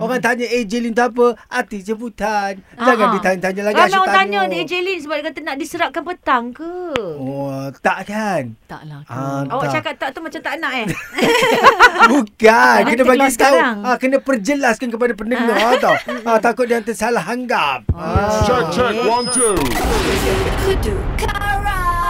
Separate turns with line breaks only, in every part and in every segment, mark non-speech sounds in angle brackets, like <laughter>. Orang tanya AJ Lin tu apa? Artis jemputan. Jangan
Ah, ah.
ditanya-tanya lagi.
Ramai
asyik
orang tanya ni AJ Lin sebab dia kata nak diserapkan petang ke?
Oh, tak kan?
Tak lah. tu.
Ah,
Awak
tak.
cakap tak tu macam tak nak eh. <laughs>
Bukan.
Nanti
kena bagi
keluar
tahu.
sekarang.
Ah, kena perjelaskan kepada pendengar
<laughs>
tau. Ah, takut dia nanti salah hanggap.
Oh, ya.
Ah.
Check, check, one, two.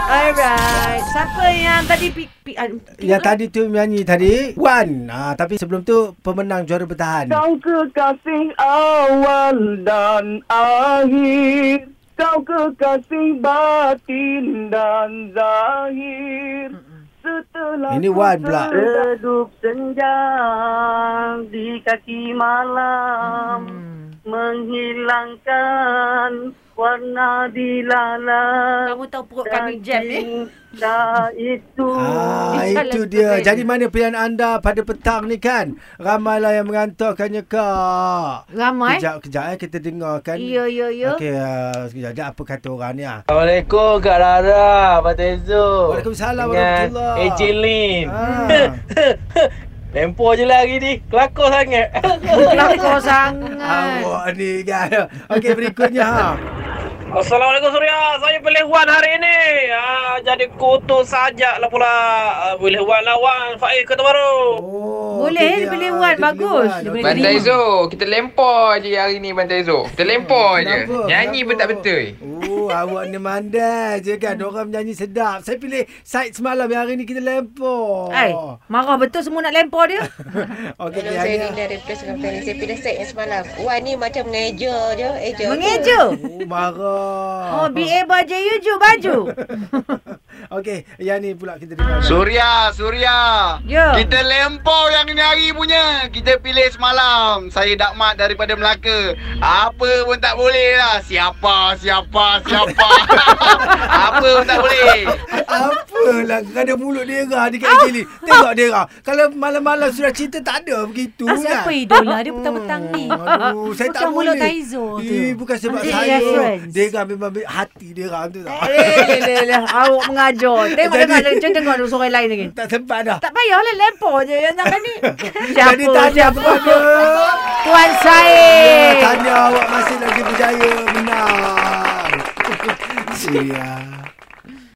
Alright. Siapa yang tadi pi, pi, ah, pi,
Yang tadi tu nyanyi tadi Wan ah, Tapi sebelum tu Pemenang juara bertahan
Oh.
Kau kekasih awal dan akhir Kau kekasih batin dan zahir Setelah
Ini
ku
Wan pula.
Sedup senjam di kaki malam
Mm.
Menghilangkan warna di lalang
Kamu tahu perut kami jam eh. ni.
Cinta itu
Ah,
Salah
itu dia.
betul.
Jadi mana pilihan anda pada petang ni kan? Ramailah yang mengantarkannya kak.
Ramai.
Kejap, kejap eh. Kita dengarkan.
Ya, ya, ya.
Okey, uh, sekejap. Sekejap, apa kata orang ni ah?
Assalamualaikum Kak Rara, Abang Tezo
Waalaikumsalam
Dengan
warahmatullahi.
AJ <laughs> Lin
Ah.
Tempo je lah hari ni, kelakor sangat
Kelakor
<laughs>
sangat.
Ah. Awak ni kan. Okey, berikutnya ha.
<laughs> Assalamualaikum Surya, saya pilih Wan hari ini ah, Jadi kotor saja lah pula Ah, Pilih Wan lah Wan, Faiz Kota Baru
Oh,
Boleh,
okey,
dia boleh
ah, dia
Wan,
boleh
bagus.
Wan.
Dia
Okey.
boleh
Bantai
Terima.
Zo, kita lempar je hari ni Bantai Zo. Kita lempar je.
Kenapa?
Nyanyi
Kenapa?
pun tak betul.
Oh, awak ni mandai je kan. Orang menyanyi sedap. Saya pilih Said semalam yang hari ni kita lempor.
Ai, Eh, marah betul semua nak lempar dia.
<laughs> Okey,
Hello,
Diana.
saya Linda daripada Sungai Petani. Saya pilih set yang semalam. Wah, ni macam mengeja je. Eja.
Mengeja.
Oh, marah.
Oh, BA baju you ju baju.
<laughs> Okey, yang ni pula kita dengar.
Surya, Surya.
Ya.
Kita lempau yang ni hari punya. Kita pilih semalam. Saya Dakmat daripada Melaka. Apa pun tak boleh lah. Siapa, siapa, siapa. Apa pun tak boleh.
Apalah kerana mulut dia erah dekat oh. Jelly. Tengok dia erah. Kalau malam-malam sudah cerita tak ada begitu
Asal
kan.
apa idola dia petang-petang ni?
Hmm, Aduh, saya
Bukan
tak
mulut
boleh.
Taizo tu.
Eh, bukan sebab
Ambil
saya.
reference.
Dia erah memang hati dia erah tu tak.
Eh, leh, leh, awak mengajar. Tengok
Jadi-
dengar macam tengok ada suara lain lagi.
<laughs> Tak sempat dah.
Tak payahlah lempar je yang nak ni. Siapa?
Jadi tanya
siapa? Eh.
kepada.
Tuan
Ya,
Said.
<laughs> tanya awak masih lagi berjaya menang. Surya.